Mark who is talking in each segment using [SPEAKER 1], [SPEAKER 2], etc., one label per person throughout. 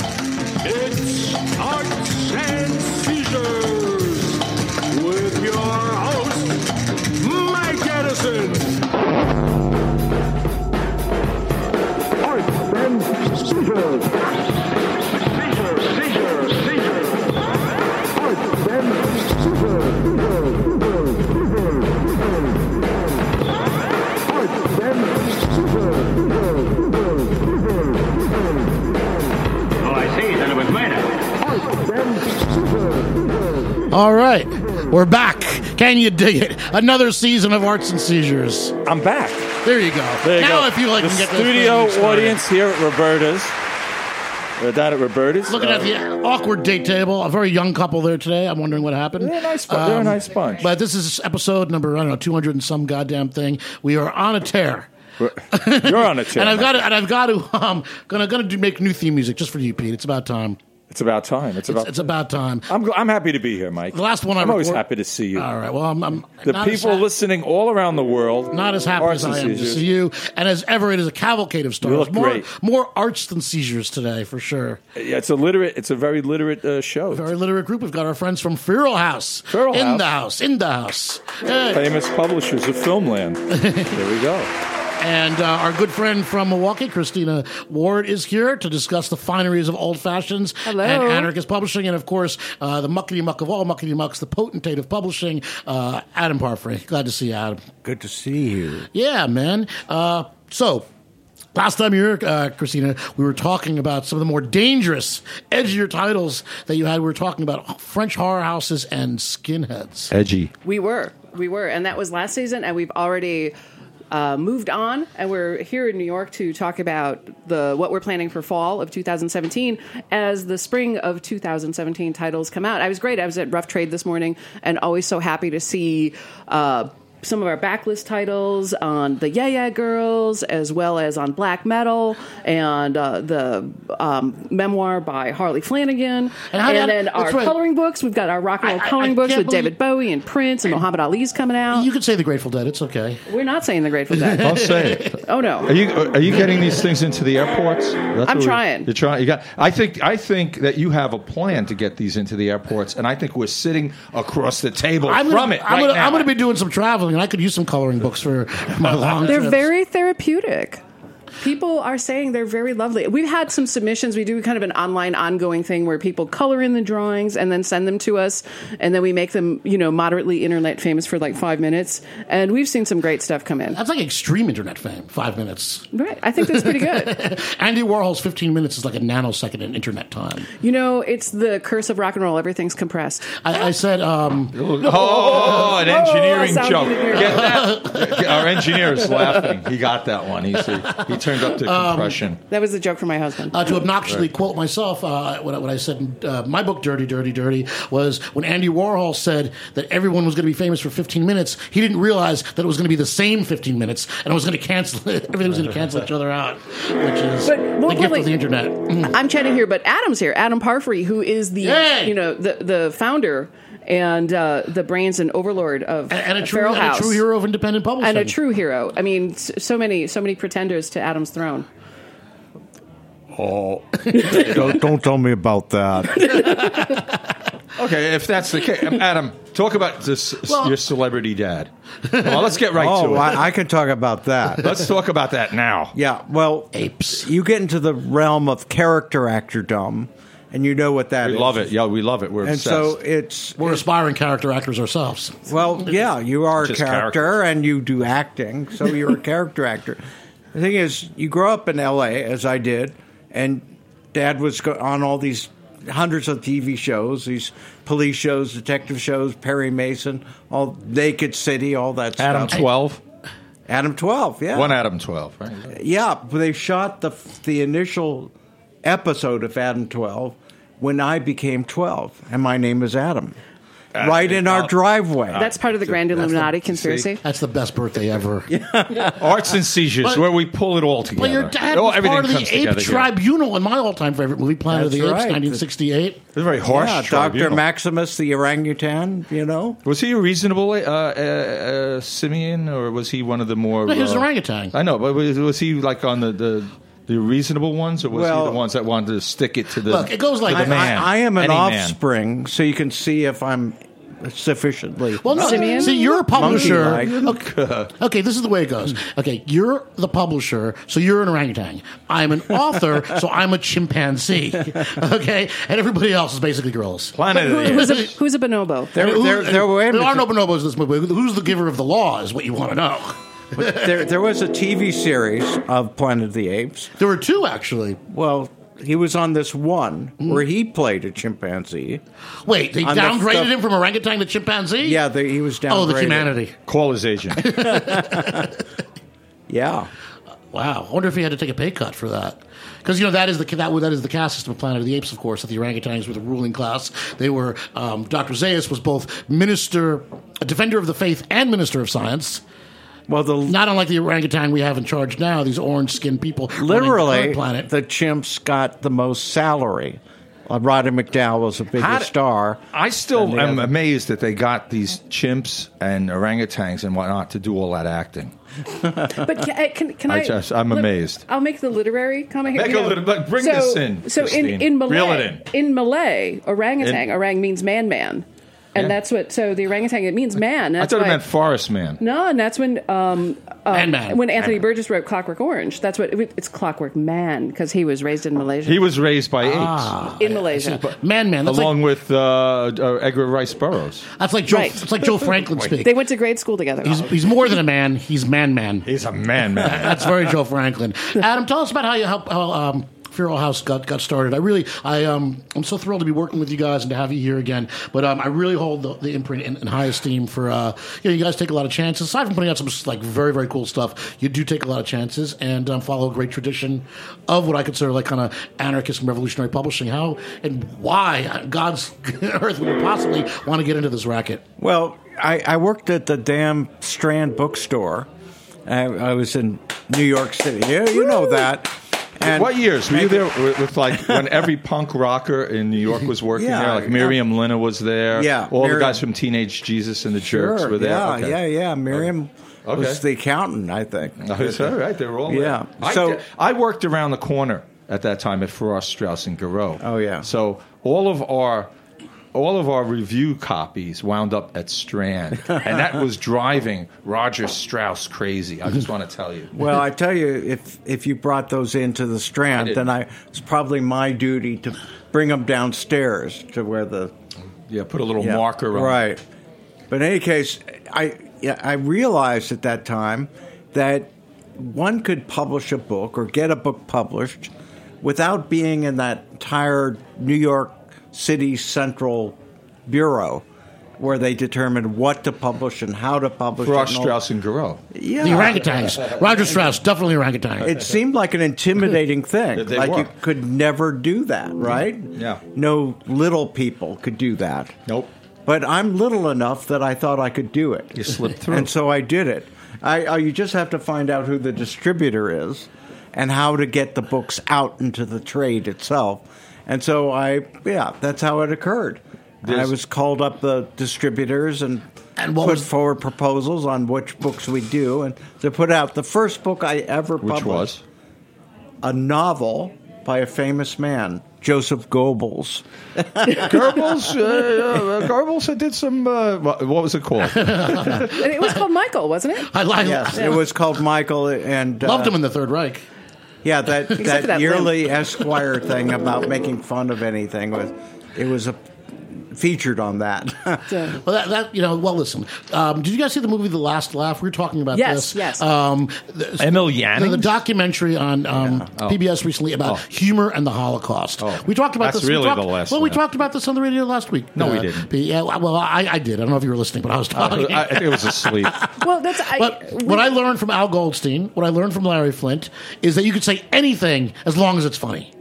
[SPEAKER 1] It's Arts and Seizures with your host, Mike Edison. Arts and Seizures. Seizures, seizures, seizures. Arts and Seizures. seizures, seizures, seizures, seizures. Arts and Seizures. seizures, seizures, seizures, seizures.
[SPEAKER 2] Well, Oh, I see that it was murder.
[SPEAKER 1] Arts and Seizures. seizures.
[SPEAKER 3] All right, we're back. Can you dig it? Another season of Arts and Seizures.
[SPEAKER 4] I'm back.
[SPEAKER 3] There you go.
[SPEAKER 4] There you
[SPEAKER 3] now,
[SPEAKER 4] go.
[SPEAKER 3] if you like,
[SPEAKER 4] the
[SPEAKER 3] can get those
[SPEAKER 4] studio
[SPEAKER 3] things started.
[SPEAKER 4] audience here at Roberta's. We're down at Roberta's. Uh,
[SPEAKER 3] Looking at the E awkward date table, a very young couple there today. I'm wondering what happened. Um,
[SPEAKER 4] They're a nice bu- they're a nice bunch.
[SPEAKER 3] But this is episode number I don't know, 200 and some goddamn thing. We are on a tear.
[SPEAKER 4] the. You're on a chair.
[SPEAKER 3] And I've got to, and I've got to, um, gonna gonna do, make new theme music just for you, Pete. It's about time.
[SPEAKER 4] It's about time. It's about.
[SPEAKER 3] It's, it's about time.
[SPEAKER 4] I'm, gl- I'm happy to be here, Mike.
[SPEAKER 3] The last one I
[SPEAKER 4] I'm always
[SPEAKER 3] record-
[SPEAKER 4] happy to see you.
[SPEAKER 3] All right. Well, I'm, I'm
[SPEAKER 4] the
[SPEAKER 3] not as
[SPEAKER 4] people
[SPEAKER 3] hap-
[SPEAKER 4] listening all around the world.
[SPEAKER 3] Not as happy
[SPEAKER 4] Arts
[SPEAKER 3] as
[SPEAKER 4] and
[SPEAKER 3] I am to
[SPEAKER 4] seizures.
[SPEAKER 3] see you, and as ever, it is a cavalcade of stars.
[SPEAKER 4] You look
[SPEAKER 3] more,
[SPEAKER 4] great.
[SPEAKER 3] more arts than seizures today, for sure.
[SPEAKER 4] Yeah, it's a literate. It's a very literate uh, show.
[SPEAKER 3] Very literate group. We've got our friends from Feral House,
[SPEAKER 4] Feral
[SPEAKER 3] in
[SPEAKER 4] House.
[SPEAKER 3] the house, in the house, Hey.
[SPEAKER 4] Famous publishers of Filmland. there we go.
[SPEAKER 3] and uh, our good friend from Milwaukee, Christina Ward, is here to discuss the fineries of old fashions and anarchist publishing, and of course, uh, the muckety muck of all muckety mucks, the potentate of publishing, uh, Adam Parfrey. Glad to see you, Adam.
[SPEAKER 5] Good to see you.
[SPEAKER 3] Yeah, man. Uh, so. Last time you were, here, uh, Christina, we were talking about some of the more dangerous, edgier titles that you had. We were talking about French horror houses and skinheads.
[SPEAKER 5] Edgy.
[SPEAKER 6] We were. We were. And that was last season, and we've already. Uh, moved on, and we're here in New York to talk about the what we're planning for fall of 2017 as the spring of 2017 titles come out. I was great. I was at Rough Trade this morning, and always so happy to see uh, some of our backlist titles on the Yeah Yeah Girls, as well as on Black Metal and uh, the um, memoir by Harley Flanagan,
[SPEAKER 3] And how-
[SPEAKER 6] and,
[SPEAKER 3] how-
[SPEAKER 6] then
[SPEAKER 3] that's
[SPEAKER 6] our
[SPEAKER 3] right.
[SPEAKER 6] coloring books. We've got our rock and roll
[SPEAKER 3] I- I-
[SPEAKER 6] coloring
[SPEAKER 3] I
[SPEAKER 6] books
[SPEAKER 3] can't
[SPEAKER 6] with
[SPEAKER 3] believe-
[SPEAKER 6] David Bowie and Prince and Muhammad Ali's coming out.
[SPEAKER 3] You could say the Grateful Dead. It's okay.
[SPEAKER 6] We're not saying the Grateful Dead.
[SPEAKER 5] I'll say it.
[SPEAKER 6] Oh
[SPEAKER 5] Are
[SPEAKER 6] no.
[SPEAKER 5] you are you getting these things into the airports? That's
[SPEAKER 6] I'm
[SPEAKER 5] what we-
[SPEAKER 6] trying.
[SPEAKER 5] You're trying. You got. I think I think that you have a plan to get these into the airports, and I think we're sitting across the table
[SPEAKER 3] I'm gonna,
[SPEAKER 5] from it
[SPEAKER 3] I'm,
[SPEAKER 5] right
[SPEAKER 3] gonna,
[SPEAKER 5] now.
[SPEAKER 3] I'm gonna be doing some traveling, and I could use some coloring books for my long.
[SPEAKER 6] They're
[SPEAKER 3] trips.
[SPEAKER 6] very therapeutic. People are saying they're very lovely. We've had some submissions. We do kind of an online ongoing thing where people color in the drawings and then send them to us and then we make them, you know, moderately internet famous for like 5 minutes and we've seen some great stuff come in.
[SPEAKER 3] That's like extreme internet fame. Five minutes.
[SPEAKER 6] Right. I think that's pretty good.
[SPEAKER 3] Andy Warhol's 15 minutes is like a nanosecond in internet time.
[SPEAKER 6] You know, it's the curse of rock and roll. Everything's compressed.
[SPEAKER 3] I, I said, um,
[SPEAKER 5] oh, an engineering
[SPEAKER 6] sound
[SPEAKER 5] joke.
[SPEAKER 6] engineer.
[SPEAKER 5] Get that? Our engineer is laughing. He got that one. He's, he he turned up the
[SPEAKER 3] Um,
[SPEAKER 5] compression.
[SPEAKER 6] That was the joke from my husband.
[SPEAKER 3] uh, to obnoxiously quote myself, uh, what, I- what I said in uh, my book, Dirty, Dirty, Dirty, was when Andy Warhol said that everyone was going to be famous for 15 minutes, he didn't realize that it was going to be the same 15 minutes and it was going to cancel it. Everything was going to cancel each other out, which is
[SPEAKER 6] But
[SPEAKER 3] the
[SPEAKER 6] what
[SPEAKER 3] gift
[SPEAKER 6] really-
[SPEAKER 3] of the internet.
[SPEAKER 6] I'm chatting here, but Adam's here. Adam Parfrey, who is the
[SPEAKER 3] Yay!
[SPEAKER 6] you know the the founder and uh, the brains and overlord of
[SPEAKER 3] And, and a true,
[SPEAKER 6] Feral
[SPEAKER 3] and a
[SPEAKER 6] House
[SPEAKER 3] true hero of independent publishing.
[SPEAKER 6] and a true hero. I mean, s- so many so many pretenders to Adam's throne.
[SPEAKER 7] don't, don't tell me about that.
[SPEAKER 5] Okay, if that's the case, Adam, talk about this
[SPEAKER 3] Well-
[SPEAKER 5] your celebrity dad. Well, let's get right
[SPEAKER 7] oh,
[SPEAKER 5] to it.
[SPEAKER 7] I, I can talk about that.
[SPEAKER 5] let's talk about that now.
[SPEAKER 7] Yeah, well,
[SPEAKER 3] Apes.
[SPEAKER 7] You get into the realm of character actordom, and you know what that
[SPEAKER 5] We
[SPEAKER 7] is.
[SPEAKER 5] love it. Yeah, we love it. We're
[SPEAKER 7] And
[SPEAKER 5] obsessed.
[SPEAKER 7] so it's
[SPEAKER 3] We're aspiring character actors ourselves.
[SPEAKER 7] well, yeah, you are a
[SPEAKER 5] Just
[SPEAKER 7] character,
[SPEAKER 5] characters.
[SPEAKER 7] and you do acting, so you're a character actor. The thing is, you grow up in L.A. as I did, and Dad was go- on all these hundreds of TV shows, these police shows, detective shows, Perry Mason, all Naked City, all that
[SPEAKER 5] Adam
[SPEAKER 7] stuff.
[SPEAKER 5] twelve.
[SPEAKER 7] Adam 12, yeah.
[SPEAKER 5] One Adam 12, right?
[SPEAKER 7] Yeah, but they shot the the initial episode of Adam 12 when I became 12, and my name is Adam. right in our
[SPEAKER 5] well,
[SPEAKER 7] driveway.
[SPEAKER 6] That's part of the Grand
[SPEAKER 5] That's the-
[SPEAKER 6] Illuminati
[SPEAKER 5] see?
[SPEAKER 6] conspiracy.
[SPEAKER 3] That's the best birthday ever.
[SPEAKER 5] Arts and Seizures,
[SPEAKER 3] But-
[SPEAKER 5] where we pull it all together.
[SPEAKER 3] But your dad
[SPEAKER 5] Oh,
[SPEAKER 3] was
[SPEAKER 5] everything
[SPEAKER 3] part of the
[SPEAKER 5] comes
[SPEAKER 3] Ape
[SPEAKER 5] together here.
[SPEAKER 3] Tribunal and my all-time favorite movie, Planet of the
[SPEAKER 7] That's
[SPEAKER 3] Apes,
[SPEAKER 7] right.
[SPEAKER 3] 1968.
[SPEAKER 5] It was a very harsh.
[SPEAKER 7] yeah, Dr.
[SPEAKER 5] tribunal.
[SPEAKER 7] Maximus the orangutan, you know?
[SPEAKER 5] Was he a reasonable uh, uh, uh, simian, or was he one of the more?
[SPEAKER 3] No, he was
[SPEAKER 5] uh,
[SPEAKER 3] an orangutan.
[SPEAKER 5] I know, but was, was he like on the, the the reasonable ones, or was
[SPEAKER 7] Well-
[SPEAKER 5] he the ones that wanted to stick it to the?
[SPEAKER 3] Look, it goes like
[SPEAKER 5] to
[SPEAKER 3] that.
[SPEAKER 5] the man,
[SPEAKER 7] I, I am an
[SPEAKER 5] any man.
[SPEAKER 7] offspring, so you can see if I'm sufficiently.
[SPEAKER 3] Well, no.
[SPEAKER 6] Simeon?
[SPEAKER 3] See, you're a publisher.
[SPEAKER 7] Monkey-like.
[SPEAKER 3] Okay, okay, this is the way it goes.
[SPEAKER 5] Hmm.
[SPEAKER 3] Okay, you're the publisher, so you're an orangutan. I'm an author, so I'm a chimpanzee. Okay, and everybody else is basically girls.
[SPEAKER 5] Planet of the
[SPEAKER 6] Who- who's, a,
[SPEAKER 5] Apes.
[SPEAKER 6] who's a bonobo?
[SPEAKER 7] There,
[SPEAKER 3] Who-
[SPEAKER 7] there, there, wait a
[SPEAKER 3] there are no
[SPEAKER 7] minute.
[SPEAKER 3] bonobos in this movie. Who's the giver of the law is what you want to know.
[SPEAKER 7] there, there was a TV series of Planet of the Apes.
[SPEAKER 3] There were two actually.
[SPEAKER 7] Well, he was on this one
[SPEAKER 3] Mm-hmm.
[SPEAKER 7] where he played a chimpanzee.
[SPEAKER 3] Wait, they
[SPEAKER 7] On the
[SPEAKER 3] downgraded
[SPEAKER 7] stuff-
[SPEAKER 3] him from orangutan to chimpanzee.
[SPEAKER 7] Yeah, the, he was down.
[SPEAKER 3] Oh, the humanity.
[SPEAKER 5] Call his agent.
[SPEAKER 7] Yeah,
[SPEAKER 3] Wow. I wonder if he had to take a pay cut for that. Because you know that is the that, that is the caste system of Planet of the Apes, of course. That the orangutans were the ruling class. They were um, Dr. Zaius was both minister, a defender of the faith, and minister of science.
[SPEAKER 7] well, the
[SPEAKER 3] Not unlike the orangutan we have in charge now. These orange-skinned people, running the
[SPEAKER 7] literally
[SPEAKER 3] third planet.
[SPEAKER 7] the chimps got the most salary. Uh, Roddy McDowell was the biggest
[SPEAKER 5] How d-
[SPEAKER 7] star.
[SPEAKER 5] I
[SPEAKER 7] And
[SPEAKER 5] still
[SPEAKER 7] the
[SPEAKER 5] am
[SPEAKER 7] other-
[SPEAKER 5] amazed that they got these chimps and orangutans and whatnot to do all that acting.
[SPEAKER 6] But can, can, can I,
[SPEAKER 5] I just- I'm
[SPEAKER 6] let-
[SPEAKER 5] amazed.
[SPEAKER 6] I'll make the literary comment here.
[SPEAKER 5] Make a liter- but bring this in,
[SPEAKER 6] So
[SPEAKER 5] Christine.
[SPEAKER 6] in in Malay,
[SPEAKER 5] Reel it
[SPEAKER 6] in. Malay, orangutan,
[SPEAKER 5] In-
[SPEAKER 6] orang means man, man, and
[SPEAKER 5] Yeah.
[SPEAKER 6] that's what. So the orangutan it means man.
[SPEAKER 5] I
[SPEAKER 6] That's
[SPEAKER 5] thought it
[SPEAKER 6] why-
[SPEAKER 5] meant forest man.
[SPEAKER 6] No, and that's when um,
[SPEAKER 3] and Oh, man.
[SPEAKER 6] when Anthony Burgess wrote Clockwork Orange. That's what it, it's Clockwork Man because he was raised in Malaysia.
[SPEAKER 5] He was raised
[SPEAKER 7] Ah.
[SPEAKER 5] by apes,
[SPEAKER 6] in Malaysia.
[SPEAKER 3] man, man. That's
[SPEAKER 5] along
[SPEAKER 3] like,
[SPEAKER 5] with uh, uh, Edgar Rice Burroughs.
[SPEAKER 3] that's like Joe.
[SPEAKER 6] Right.
[SPEAKER 3] It's like Joe Franklin speak.
[SPEAKER 6] They went to grade school together.
[SPEAKER 3] he's, he's more than a man. He's man, man.
[SPEAKER 5] He's a man, man.
[SPEAKER 3] That's very Joe Franklin. Adam, tell us about how you how, how um, Feral House got, got started. I really, I um, I'm so thrilled to be working with you guys and to have you here again. But um, I really hold the, the imprint in, in high esteem for uh, you know you guys take a lot of chances. Aside from putting out some like very very cool stuff, you do take a lot of chances and um, follow a great tradition of what I consider like kind of anarchist and revolutionary publishing. How and why on God's earth would you possibly want to get into this racket?
[SPEAKER 7] Well, I, I worked at the damn Strand bookstore. I, I was in New York City. Yeah, you know that. And
[SPEAKER 5] what years were you there with, with like when every punk rocker in New York was working
[SPEAKER 7] Yeah,
[SPEAKER 5] there? Like Miriam Lina was there.
[SPEAKER 7] Yeah,
[SPEAKER 5] all
[SPEAKER 7] Miriam-
[SPEAKER 5] the guys from Teenage Jesus and the Jerks
[SPEAKER 7] Sure,
[SPEAKER 5] were there.
[SPEAKER 7] Yeah,
[SPEAKER 5] Okay.
[SPEAKER 7] yeah, yeah. Miriam
[SPEAKER 5] Okay.
[SPEAKER 7] was the accountant, I think.
[SPEAKER 5] That's all right. They were all
[SPEAKER 7] Yeah.
[SPEAKER 5] There.
[SPEAKER 7] So-
[SPEAKER 5] So I, worked around the corner at that time at Frost Strauss and Garreau.
[SPEAKER 7] Oh, yeah.
[SPEAKER 5] So all of our all of our review copies wound up at Strand, and that was driving Roger Strauss crazy. I just want to tell you.
[SPEAKER 7] Well, I tell you, if if you brought those into the Strand,
[SPEAKER 5] I didn't.
[SPEAKER 7] then I it's probably my duty to bring them downstairs to where the
[SPEAKER 5] Yeah, put a little
[SPEAKER 7] Yeah.
[SPEAKER 5] marker on. it.
[SPEAKER 7] Right. But in any case, I yeah, I realized at that time that one could publish a book or get a book published without being in that tired New York City Central Bureau where they determine what to publish and how to publish. it
[SPEAKER 5] Frost
[SPEAKER 7] all-
[SPEAKER 5] Strauss and Garreau.
[SPEAKER 7] Yeah.
[SPEAKER 3] The orangutans, Roger Strauss, definitely orangutan.
[SPEAKER 7] It seemed like an intimidating thing.
[SPEAKER 5] They
[SPEAKER 7] like
[SPEAKER 5] were. Mm-hmm.
[SPEAKER 7] you could never do that, right?
[SPEAKER 5] Yeah.
[SPEAKER 7] No little people could do that.
[SPEAKER 5] Nope.
[SPEAKER 7] But I'm little enough that I thought I could do it.
[SPEAKER 5] You slipped through.
[SPEAKER 7] And so I did it. I, I you just have to find out who the distributor is and how to get the books out into the trade itself. And so I yeah, that's how it occurred. I
[SPEAKER 5] There's-
[SPEAKER 7] was called up the distributors and,
[SPEAKER 3] And what
[SPEAKER 7] put
[SPEAKER 3] was-
[SPEAKER 7] forward proposals on which books we do and to put out the first book I ever
[SPEAKER 5] Which
[SPEAKER 7] published
[SPEAKER 5] was
[SPEAKER 7] a novel by a famous man, Joseph Goebbels.
[SPEAKER 5] Goebbels. Uh, uh, Goebbels did some. Uh, what what was it called?
[SPEAKER 6] And it was called Michael, wasn't it?
[SPEAKER 3] I, I
[SPEAKER 7] Yes, it was called Michael and uh,
[SPEAKER 3] loved him in the Third Reich.
[SPEAKER 7] Yeah, that that,
[SPEAKER 6] for that
[SPEAKER 7] yearly Esquire thing about making fun of anything was it was a featured on that.
[SPEAKER 6] So-
[SPEAKER 3] Well, that, that you know. Well, listen. Um, did you guys see the movie The Last Laugh? We were talking about
[SPEAKER 6] Yes,
[SPEAKER 3] this.
[SPEAKER 6] yes.
[SPEAKER 3] Um, the,
[SPEAKER 5] Emil
[SPEAKER 3] the, the
[SPEAKER 5] Yanning.
[SPEAKER 3] documentary on um,
[SPEAKER 5] Oh.
[SPEAKER 3] PBS recently about humor and the Holocaust. We talked about
[SPEAKER 5] That's
[SPEAKER 3] this. we
[SPEAKER 5] really
[SPEAKER 3] talked-
[SPEAKER 5] the last
[SPEAKER 3] Well, we
[SPEAKER 5] laugh.
[SPEAKER 3] talked about this on the radio last week.
[SPEAKER 5] No, we
[SPEAKER 3] Uh,
[SPEAKER 5] didn't.
[SPEAKER 3] the- yeah, well, I, I did. I don't know if you were listening, but I was
[SPEAKER 5] I,
[SPEAKER 3] talking.
[SPEAKER 5] I think it was asleep.
[SPEAKER 6] well, that's I,
[SPEAKER 3] But
[SPEAKER 6] we-
[SPEAKER 3] what I learned from Al Goldstein, what I learned from Larry Flint, is that you can say anything as long as it's funny.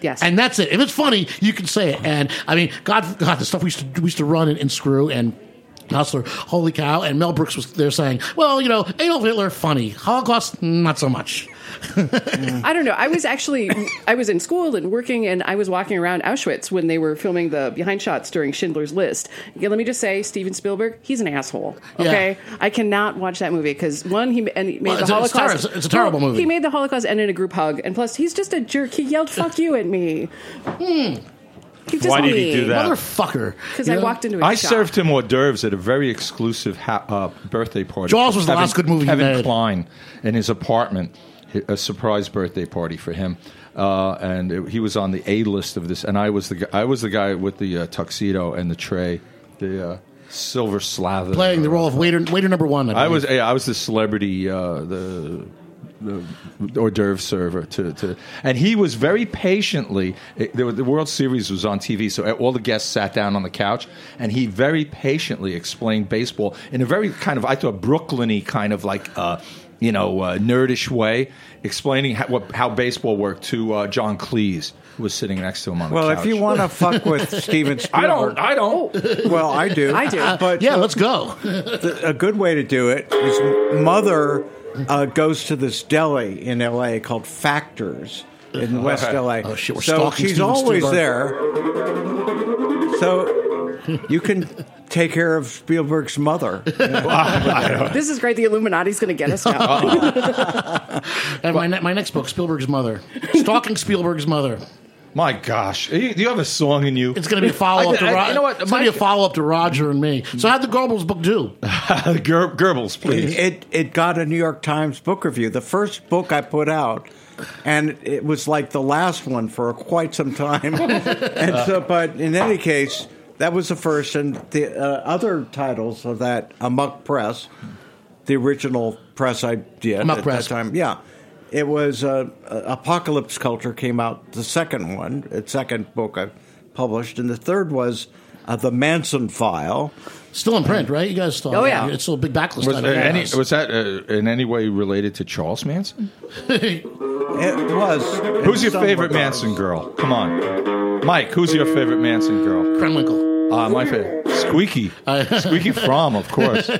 [SPEAKER 6] yes,
[SPEAKER 3] And that's it. If it's funny, you can say it. And I mean, God, God, the stuff we used to we used to run in, in Screw and Hustler, holy cow! And Mel Brooks was there saying, "Well, you know, Adolf Hitler, funny. Holocaust, not so much."
[SPEAKER 6] I don't know. I was actually I was in school and working, and I was walking around Auschwitz when they were filming the behind shots during Schindler's List. Yeah, let me just say, Steven Spielberg, he's an asshole.
[SPEAKER 3] Yeah.
[SPEAKER 6] Okay, I cannot watch that movie because one, he, ma- and he made
[SPEAKER 3] Well,
[SPEAKER 6] the
[SPEAKER 3] it's a- it's
[SPEAKER 6] Holocaust.
[SPEAKER 3] terri- it's a terrible
[SPEAKER 6] No,
[SPEAKER 3] movie.
[SPEAKER 6] He made the Holocaust end in a group hug, and plus, he's just a jerk. He yelled "fuck you" at me.
[SPEAKER 3] Hmm.
[SPEAKER 6] He's just
[SPEAKER 5] Why did he
[SPEAKER 6] mean.
[SPEAKER 5] do that?
[SPEAKER 3] Motherfucker!
[SPEAKER 6] Because
[SPEAKER 3] You
[SPEAKER 6] I
[SPEAKER 3] know?
[SPEAKER 6] walked into a
[SPEAKER 5] I
[SPEAKER 6] shop.
[SPEAKER 5] served him hors d'oeuvres at a very exclusive ha- uh, birthday party.
[SPEAKER 3] Jaws was the
[SPEAKER 5] Kevin-
[SPEAKER 3] last good movie he
[SPEAKER 5] Kevin
[SPEAKER 3] made.
[SPEAKER 5] Klein in his apartment, hi- a surprise birthday party for him, uh, and it, he was on the A list of this. And I was the gu- I was the guy with the uh, tuxedo and the tray, the uh, silver slather,
[SPEAKER 3] playing the role of waiter waiter number one.
[SPEAKER 5] I
[SPEAKER 3] believe.
[SPEAKER 5] was yeah, I was the celebrity uh, the the hors d'oeuvre server to, to and he was very patiently it, there were- the World Series was on TV so all the guests sat down on the couch and he very patiently explained baseball in a very kind of I thought Brooklyny kind of like uh, you know uh, nerdish way explaining how, what, how baseball worked to uh, John Cleese who was sitting next to him on the
[SPEAKER 7] well,
[SPEAKER 5] couch.
[SPEAKER 7] if you want to fuck with Steven
[SPEAKER 5] I
[SPEAKER 7] Spielberg,
[SPEAKER 5] don't I don't
[SPEAKER 7] Well, I do.
[SPEAKER 6] I do.
[SPEAKER 7] But
[SPEAKER 3] Yeah, let's go.
[SPEAKER 7] a good way to do it is mother uh, goes to this deli in LA called Factors in West LA.
[SPEAKER 3] Oh, shit, we're
[SPEAKER 7] so
[SPEAKER 3] stalking
[SPEAKER 7] she's
[SPEAKER 3] Steven
[SPEAKER 7] always
[SPEAKER 3] Spielberg.
[SPEAKER 7] there. So you can take care of Spielberg's mother.
[SPEAKER 6] This is great. The Illuminati's going to get us
[SPEAKER 5] Oh,
[SPEAKER 6] now.
[SPEAKER 3] And my ne- my next book, Spielberg's mother, stalking Spielberg's mother.
[SPEAKER 5] my gosh do you, you have a song in you
[SPEAKER 3] It's going to be a follow up to
[SPEAKER 5] I-
[SPEAKER 3] Roger.
[SPEAKER 5] you know what,
[SPEAKER 3] It's going to be
[SPEAKER 5] my-
[SPEAKER 3] a follow up to Roger and me. So how'd the Goebbels book do?
[SPEAKER 5] Uh, Ger- Goebbels please
[SPEAKER 7] It it got a New York Times book review, the first book I put out, and it was like the last one for quite some time. and so, but in any case, that was the first, and the uh, other titles of that Amok Press, the original press I did
[SPEAKER 3] Amok
[SPEAKER 7] at
[SPEAKER 3] Press.
[SPEAKER 7] that time. Yeah, it was uh, uh, Apocalypse Culture came out the second one, uh, second book I published, and the third was uh, the Manson File.
[SPEAKER 3] Still in print, right? You guys still?
[SPEAKER 6] Oh, yeah.
[SPEAKER 3] It's still a big backlist.
[SPEAKER 5] Was,
[SPEAKER 3] on
[SPEAKER 5] uh,
[SPEAKER 3] it.
[SPEAKER 5] any, was that uh, in any way related to Charles Manson?
[SPEAKER 7] It was. in
[SPEAKER 5] Who's your
[SPEAKER 7] some
[SPEAKER 5] favorite
[SPEAKER 7] regards.
[SPEAKER 5] Manson girl? Come on. Mike, who's your favorite Manson girl?
[SPEAKER 3] Krenwinkel.
[SPEAKER 5] Uh, my favorite. Squeaky. Squeaky Fromm, of course.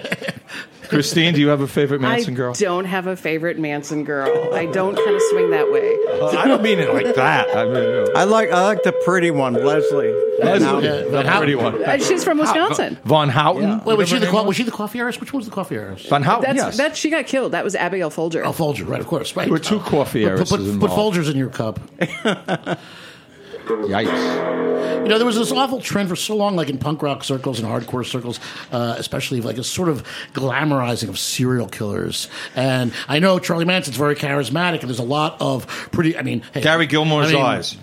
[SPEAKER 5] Christine, do you have a favorite Manson girl?
[SPEAKER 6] I don't have a favorite Manson girl. I don't kind of swing that way.
[SPEAKER 5] Uh, I don't mean it like that. I mean, you know,
[SPEAKER 7] I like I like the pretty one, Leslie.
[SPEAKER 5] Leslie,
[SPEAKER 3] yeah,
[SPEAKER 5] the
[SPEAKER 3] but how-
[SPEAKER 5] pretty one.
[SPEAKER 6] Uh, She's from Wisconsin.
[SPEAKER 5] Von Houten?
[SPEAKER 3] Wait, was
[SPEAKER 5] Whatever
[SPEAKER 3] she the
[SPEAKER 5] her
[SPEAKER 3] co-
[SPEAKER 5] name
[SPEAKER 3] was she the coffee heiress? Which one was the coffee heiress?
[SPEAKER 5] Von Houten,
[SPEAKER 6] That's
[SPEAKER 5] Oh, yes.
[SPEAKER 6] that she got killed. That was Abigail Folger.
[SPEAKER 3] Oh, Folger, right? Of course, right.
[SPEAKER 5] There were two coffee
[SPEAKER 3] Put, put,
[SPEAKER 5] heiresses
[SPEAKER 3] put, put
[SPEAKER 5] involved.
[SPEAKER 3] Folgers in your cup.
[SPEAKER 5] Yikes.
[SPEAKER 3] You know, there was this awful trend for so long, like in punk rock circles and hardcore circles, uh, especially like a sort of glamorizing of serial killers. And I know Charlie Manson's very charismatic, and there's a lot of pretty. I mean, hey,
[SPEAKER 5] Gary Gilmore's
[SPEAKER 3] I mean,
[SPEAKER 5] eyes.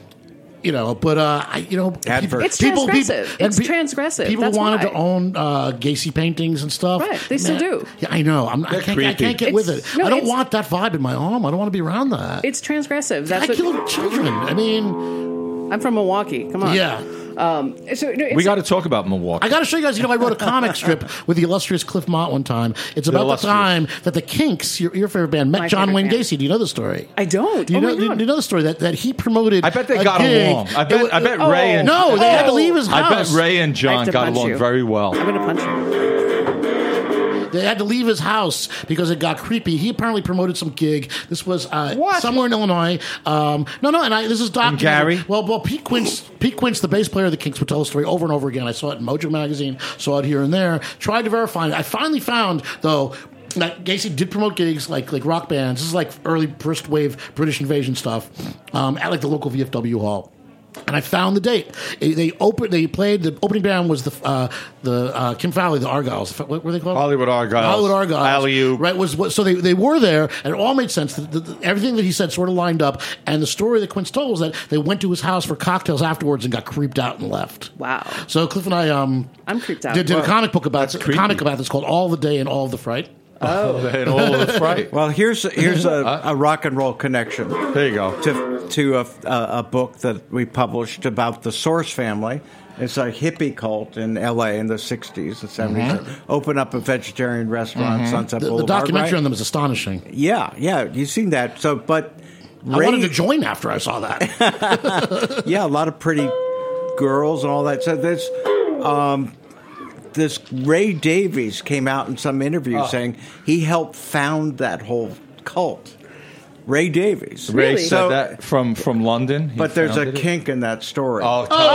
[SPEAKER 3] you know, but uh, I, you know,
[SPEAKER 7] Advert.
[SPEAKER 6] It's transgressive.
[SPEAKER 3] and
[SPEAKER 6] It's transgressive.
[SPEAKER 3] People
[SPEAKER 6] That's
[SPEAKER 3] wanted
[SPEAKER 6] why.
[SPEAKER 3] to own uh, Gacy paintings and stuff.
[SPEAKER 6] Right. They still do.
[SPEAKER 3] Yeah, I know. I'm, I, can't, I
[SPEAKER 5] creepy.
[SPEAKER 3] can't get
[SPEAKER 6] It's-
[SPEAKER 3] with it.
[SPEAKER 6] no,
[SPEAKER 3] I don't
[SPEAKER 6] it's-
[SPEAKER 3] want that vibe in my home. I don't want to be around that.
[SPEAKER 6] It's transgressive. That's
[SPEAKER 3] I
[SPEAKER 6] what,
[SPEAKER 3] killed children. I mean,
[SPEAKER 6] I'm from Milwaukee. Come on.
[SPEAKER 3] yeah.
[SPEAKER 6] Um, so no, it's,
[SPEAKER 5] We got to talk about Milwaukee.
[SPEAKER 3] I got to show you guys. You know, I wrote a comic strip with the illustrious Cliff Mott one time. It's about the,
[SPEAKER 5] illustrious.
[SPEAKER 3] time that the Kinks, your, your favorite band, met
[SPEAKER 6] My
[SPEAKER 3] John
[SPEAKER 6] favorite
[SPEAKER 3] Wayne
[SPEAKER 6] band.
[SPEAKER 3] Gacy. Do you know the story?
[SPEAKER 6] I don't.
[SPEAKER 3] Do you
[SPEAKER 6] Oh
[SPEAKER 3] know?
[SPEAKER 6] my
[SPEAKER 3] Do you,
[SPEAKER 6] God.
[SPEAKER 3] do you know the story that, that he promoted?
[SPEAKER 5] I bet they
[SPEAKER 3] a
[SPEAKER 5] got
[SPEAKER 3] gig.
[SPEAKER 5] along. I
[SPEAKER 3] It
[SPEAKER 5] bet,
[SPEAKER 3] wa-
[SPEAKER 5] I bet
[SPEAKER 6] oh.
[SPEAKER 5] Ray and
[SPEAKER 3] No, they had to
[SPEAKER 6] Oh.
[SPEAKER 3] leave his
[SPEAKER 5] I
[SPEAKER 3] house.
[SPEAKER 5] bet Ray and
[SPEAKER 6] I have
[SPEAKER 5] John
[SPEAKER 6] to
[SPEAKER 5] got
[SPEAKER 6] punch
[SPEAKER 5] along
[SPEAKER 6] you.
[SPEAKER 5] very well.
[SPEAKER 6] I'm gonna punch you.
[SPEAKER 3] They had to leave his house because it got creepy. He apparently promoted some gig. This was uh,
[SPEAKER 5] What?
[SPEAKER 3] somewhere in Illinois. Um, no, no, and I, this is documented.
[SPEAKER 5] Gary?
[SPEAKER 3] Well, well, Pete Quince, Pete Quince, the bass player of the Kinks, would tell the story over and over again. I saw it in Mojo magazine, saw it here and there. Tried to verify it. I finally found though. That Gacy did promote gigs like like rock bands. This is like early first wave British invasion stuff um, at like the local VFW hall. and I found the date. They- They opened. They played. The opening band was the uh, the uh, Kim Fowley, the Argyles. What were they called?
[SPEAKER 5] Hollywood Argyles.
[SPEAKER 3] Hollywood Argyles.
[SPEAKER 5] Alley-oop.
[SPEAKER 3] Right. Was what, so they, they were there, and it all made sense. The, the, the- everything that he said sort of lined up. And the story that Quince told was that they went to his house for cocktails afterwards and got creeped out and left.
[SPEAKER 6] Wow.
[SPEAKER 3] So Cliff and I um
[SPEAKER 6] I'm creeped out.
[SPEAKER 3] did, did a
[SPEAKER 6] Wow.
[SPEAKER 3] comic book about a
[SPEAKER 5] creepy.
[SPEAKER 3] comic about this called All the Day and All the Fright.
[SPEAKER 6] Oh,
[SPEAKER 5] and all of the fright.
[SPEAKER 7] Well, here's here's a,
[SPEAKER 3] Uh-huh.
[SPEAKER 7] a rock and roll connection
[SPEAKER 5] There you go.
[SPEAKER 7] to to a, a, a book that we published about the Source family. It's a hippie cult in L.A. in the '60s and '70s. Open up a vegetarian restaurant,
[SPEAKER 3] Mm-hmm. The,
[SPEAKER 7] Sunset
[SPEAKER 3] the
[SPEAKER 7] Boulevard.
[SPEAKER 3] documentary
[SPEAKER 7] right?
[SPEAKER 3] on them is astonishing.
[SPEAKER 7] Yeah, yeah, you've seen that. So, but
[SPEAKER 3] I wanted
[SPEAKER 7] Ray-
[SPEAKER 3] to join after I saw that.
[SPEAKER 7] yeah, a lot of pretty girls and all that. So this, um, this Ray Davies came out in some interview
[SPEAKER 5] Oh.
[SPEAKER 7] saying he helped found that whole cult. Ray Davies.
[SPEAKER 5] Ray
[SPEAKER 6] Really?
[SPEAKER 5] said
[SPEAKER 7] So-
[SPEAKER 5] that from from London. He
[SPEAKER 7] But there's a
[SPEAKER 5] founded it.
[SPEAKER 7] kink in that story.
[SPEAKER 5] Oh, tell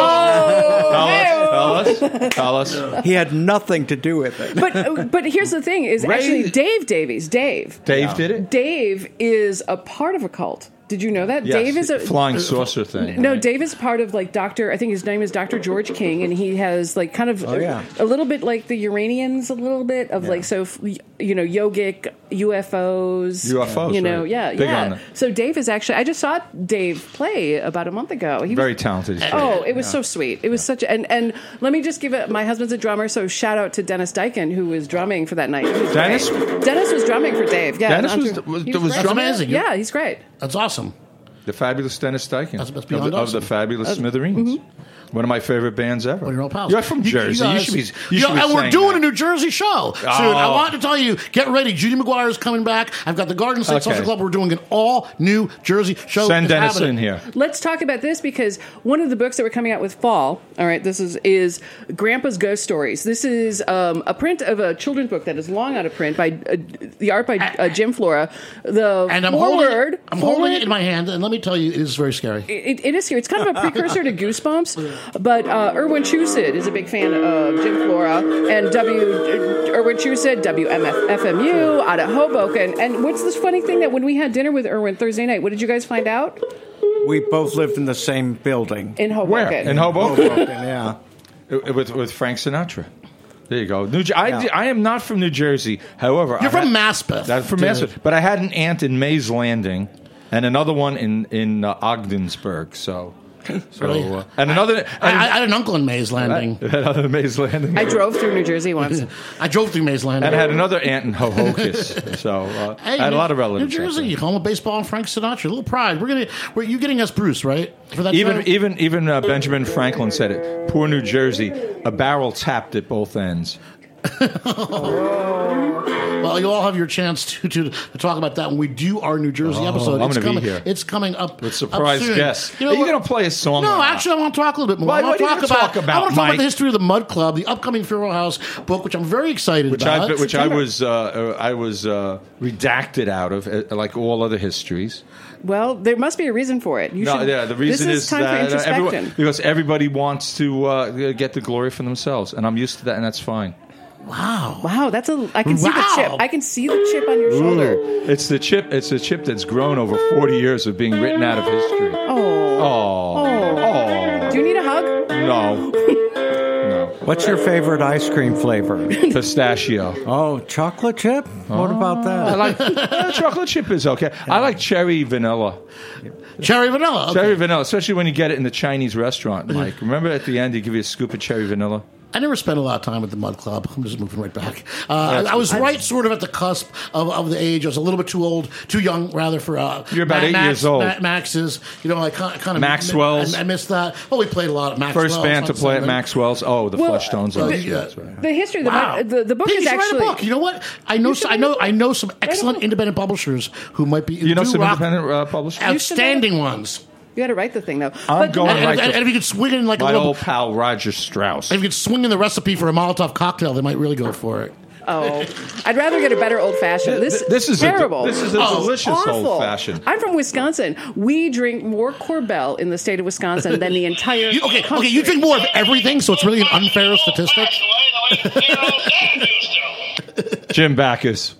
[SPEAKER 5] us, tell us, tell us, tell us.
[SPEAKER 7] He had nothing to do with it.
[SPEAKER 6] But uh, but here's the thing: is
[SPEAKER 5] Ray-
[SPEAKER 6] actually Dave Davies. Dave.
[SPEAKER 5] Dave did it.
[SPEAKER 6] Dave is a part of a cult. Did you know that?
[SPEAKER 5] Yes,
[SPEAKER 6] Dave is a
[SPEAKER 5] flying saucer thing.
[SPEAKER 6] No,
[SPEAKER 5] right?
[SPEAKER 6] Dave is part of like Doctor. I think his name is Doctor George King, and he has like kind of
[SPEAKER 7] Oh, yeah.
[SPEAKER 6] a, a little bit like the Uranians, a little bit of like so f- you know yogic UFOs,
[SPEAKER 5] UFOs,
[SPEAKER 6] you know,
[SPEAKER 5] right.
[SPEAKER 6] yeah,
[SPEAKER 5] Big
[SPEAKER 6] yeah.
[SPEAKER 5] on them.
[SPEAKER 6] So Dave is actually. I just saw Dave play about a month ago. He was
[SPEAKER 5] very talented.
[SPEAKER 6] Oh, it was so sweet. It was such and and let me just give it. My husband's a drummer, so shout out to Dennis Dykin who was drumming for that night. He was
[SPEAKER 5] Dennis-
[SPEAKER 6] great. Dennis was drumming for Dave. Yeah,
[SPEAKER 5] Dennis
[SPEAKER 6] on
[SPEAKER 5] was-
[SPEAKER 6] tour.
[SPEAKER 5] was-
[SPEAKER 6] He
[SPEAKER 5] was
[SPEAKER 6] great.
[SPEAKER 5] drumming?
[SPEAKER 3] Amazing.
[SPEAKER 6] Yeah, he's great.
[SPEAKER 3] That's awesome.
[SPEAKER 5] the fabulous Dennis Steichen
[SPEAKER 3] That's- that's
[SPEAKER 5] of, the,
[SPEAKER 3] beyond
[SPEAKER 5] of the
[SPEAKER 3] awesome.
[SPEAKER 5] fabulous Smithereens.
[SPEAKER 6] Mm-hmm.
[SPEAKER 5] One of my favorite bands ever.
[SPEAKER 3] Well, you're all pals.
[SPEAKER 5] You're from
[SPEAKER 3] You- you
[SPEAKER 5] Jersey. You,
[SPEAKER 3] guys-
[SPEAKER 5] should be. You
[SPEAKER 3] You
[SPEAKER 5] should
[SPEAKER 3] know,
[SPEAKER 5] be
[SPEAKER 3] and we're
[SPEAKER 5] saying
[SPEAKER 3] doing
[SPEAKER 5] that.
[SPEAKER 3] a New Jersey show soon. I
[SPEAKER 5] Oh.
[SPEAKER 3] want to tell you, get ready. Judy McGuire is coming back. I've got the Garden State
[SPEAKER 5] Okay.
[SPEAKER 3] Social Club. We're doing an all New Jersey show.
[SPEAKER 5] Send
[SPEAKER 3] It's
[SPEAKER 5] Dennis
[SPEAKER 3] happening.
[SPEAKER 5] in here.
[SPEAKER 6] Let's talk about this because one of the books that we're coming out with fall, all right, this is is Grandpa's Ghost Stories. This is um, a print of a children's book that is long out of print by uh, the art by uh, Jim Flora. The
[SPEAKER 3] And I'm
[SPEAKER 6] forward,
[SPEAKER 3] holding, I'm holding it
[SPEAKER 6] forward-
[SPEAKER 3] in my hand, and let me tell you, it is very scary.
[SPEAKER 6] it, it is here. It's kind of a precursor to Goosebumps, but uh, Irwin Chusid is a big fan of Jim Flora and W. Irwin Chusid, WMFMU, out of Hoboken. And what's this funny thing that when we had dinner with Irwin Thursday night, what did you guys find out
[SPEAKER 7] We both lived in the same building.
[SPEAKER 6] in Hoboken?
[SPEAKER 5] Where in Hoboken?
[SPEAKER 7] Hoboken, yeah.
[SPEAKER 5] Uh, with with Frank Sinatra. There you go. New Jer- I,
[SPEAKER 7] Yeah.
[SPEAKER 5] di- I am not from New Jersey. However,
[SPEAKER 3] You're
[SPEAKER 5] I
[SPEAKER 3] from
[SPEAKER 5] had-
[SPEAKER 3] Maspeth.
[SPEAKER 5] I'm from
[SPEAKER 3] dude.
[SPEAKER 5] Massif. But I had an aunt in Mays Landing, and another one in in uh, Ogdensburg. So, so
[SPEAKER 3] Really?
[SPEAKER 5] uh, and another and
[SPEAKER 3] I, I had an uncle in Mays Landing.
[SPEAKER 5] another Mays Landing.
[SPEAKER 6] I drove through New Jersey once.
[SPEAKER 3] I drove through Mays Landing.
[SPEAKER 5] and I had another aunt in Hohokus. so uh, I had
[SPEAKER 3] New-
[SPEAKER 5] a lot of relatives.
[SPEAKER 3] New
[SPEAKER 5] out
[SPEAKER 3] Jersey,
[SPEAKER 5] there.
[SPEAKER 3] home of baseball and Frank Sinatra. A little pride. We're gonna. We're, you getting us Bruce right for that?
[SPEAKER 5] Even
[SPEAKER 3] show?
[SPEAKER 5] even even uh, Benjamin Franklin said it. Poor New Jersey, a barrel tapped at both ends.
[SPEAKER 3] Well, you all have your chance to, to, to talk about that when we do our New Jersey
[SPEAKER 5] Oh,
[SPEAKER 3] episode.
[SPEAKER 5] I'm
[SPEAKER 3] it's
[SPEAKER 5] gonna be
[SPEAKER 3] coming.
[SPEAKER 5] here.
[SPEAKER 3] It's coming up
[SPEAKER 5] With surprise
[SPEAKER 3] up soon.
[SPEAKER 5] guests. Are you
[SPEAKER 3] what-
[SPEAKER 5] gonna play a song or
[SPEAKER 3] No,
[SPEAKER 5] not?
[SPEAKER 3] actually, I want to talk a little bit more.
[SPEAKER 5] Why-
[SPEAKER 3] I want
[SPEAKER 5] what are
[SPEAKER 3] to
[SPEAKER 5] you
[SPEAKER 3] talk
[SPEAKER 5] gonna
[SPEAKER 3] about,
[SPEAKER 5] talk about,
[SPEAKER 3] I want to talk about
[SPEAKER 5] Mike?
[SPEAKER 3] the history of the Mud Club, the upcoming Funeral House book, which I'm very excited
[SPEAKER 5] which
[SPEAKER 3] about.
[SPEAKER 5] I which I was uh, uh, I was uh, redacted out of, uh, like all other histories.
[SPEAKER 6] Well, there must be a reason for it. You
[SPEAKER 5] No,
[SPEAKER 6] should,
[SPEAKER 5] yeah, the reason
[SPEAKER 6] this is, time
[SPEAKER 5] that
[SPEAKER 6] for
[SPEAKER 5] uh, everyone-
[SPEAKER 6] introspection.
[SPEAKER 5] because everybody wants to uh, get the glory for themselves, and I'm used to that, and that's fine.
[SPEAKER 3] wow.
[SPEAKER 6] wow, that's a. I can see
[SPEAKER 3] Wow.
[SPEAKER 6] the chip. I can see the chip on your shoulder.
[SPEAKER 5] It's the chip. It's the chip that's grown over 40 years of being written out of history.
[SPEAKER 6] Oh.
[SPEAKER 5] Oh, oh,
[SPEAKER 6] Do you need a hug?
[SPEAKER 5] no, no,
[SPEAKER 7] What's your favorite ice cream flavor?
[SPEAKER 5] pistachio.
[SPEAKER 7] Oh, chocolate chip? What about
[SPEAKER 5] I
[SPEAKER 7] that?
[SPEAKER 5] like uh, chocolate chip is okay. I like cherry vanilla.
[SPEAKER 3] Cherry vanilla. Okay.
[SPEAKER 5] Cherry vanilla, especially when you get it in the Chinese restaurant, Mike. Remember at the end, they give you a scoop of cherry vanilla?
[SPEAKER 3] I never spent a lot of time at the Mud Club. I'm just moving right back. Uh,
[SPEAKER 5] That's
[SPEAKER 3] I was
[SPEAKER 5] good.
[SPEAKER 3] right sort of at the cusp of, of the age. I was a little bit too old, too young, rather, for. Uh,
[SPEAKER 5] You're about
[SPEAKER 3] Ma-
[SPEAKER 5] eight
[SPEAKER 3] Max,
[SPEAKER 5] years old.
[SPEAKER 3] Ma- Max's. You know, I kind of.
[SPEAKER 5] Maxwell's.
[SPEAKER 3] I, I missed that. Well, we played a lot at Maxwell's.
[SPEAKER 5] First band to
[SPEAKER 3] on
[SPEAKER 5] play at
[SPEAKER 3] Sunday.
[SPEAKER 5] Maxwell's. Oh, the
[SPEAKER 6] Well,
[SPEAKER 5] Flesh Tones.
[SPEAKER 3] uh,
[SPEAKER 5] Oh,
[SPEAKER 3] yeah.
[SPEAKER 5] that's right.
[SPEAKER 6] The history of the,
[SPEAKER 3] Wow.
[SPEAKER 6] the, the book
[SPEAKER 3] Pete,
[SPEAKER 6] is
[SPEAKER 3] you should
[SPEAKER 6] actually.
[SPEAKER 3] write a book. You know what? I know.
[SPEAKER 6] should
[SPEAKER 3] I
[SPEAKER 6] write
[SPEAKER 3] know.
[SPEAKER 6] a book.
[SPEAKER 3] I know some
[SPEAKER 6] a
[SPEAKER 3] excellent
[SPEAKER 6] book.
[SPEAKER 3] independent publishers who might be.
[SPEAKER 5] You know
[SPEAKER 3] do
[SPEAKER 5] some
[SPEAKER 3] rock
[SPEAKER 5] independent uh, publishers?
[SPEAKER 3] outstanding ones.
[SPEAKER 6] You got to write the thing though.
[SPEAKER 5] I'm going
[SPEAKER 3] And, and,
[SPEAKER 5] right
[SPEAKER 3] and
[SPEAKER 5] to
[SPEAKER 3] if you could swing in like a
[SPEAKER 5] my
[SPEAKER 3] little,
[SPEAKER 5] old pal Roger Strauss.
[SPEAKER 3] if you could swing in the recipe for a Molotov cocktail, they might really go for it.
[SPEAKER 6] Oh, I'd rather get a better old fashioned. This,
[SPEAKER 5] Th- this is
[SPEAKER 6] terrible.
[SPEAKER 5] A, this is a
[SPEAKER 3] Oh,
[SPEAKER 5] delicious
[SPEAKER 6] Awful.
[SPEAKER 5] old fashioned.
[SPEAKER 6] I'm from Wisconsin. We drink more Corbel in the state of Wisconsin than the entire.
[SPEAKER 3] You, okay,
[SPEAKER 6] country.
[SPEAKER 3] okay, you drink more of everything, so it's really an unfair statistic.
[SPEAKER 5] Jim Backus.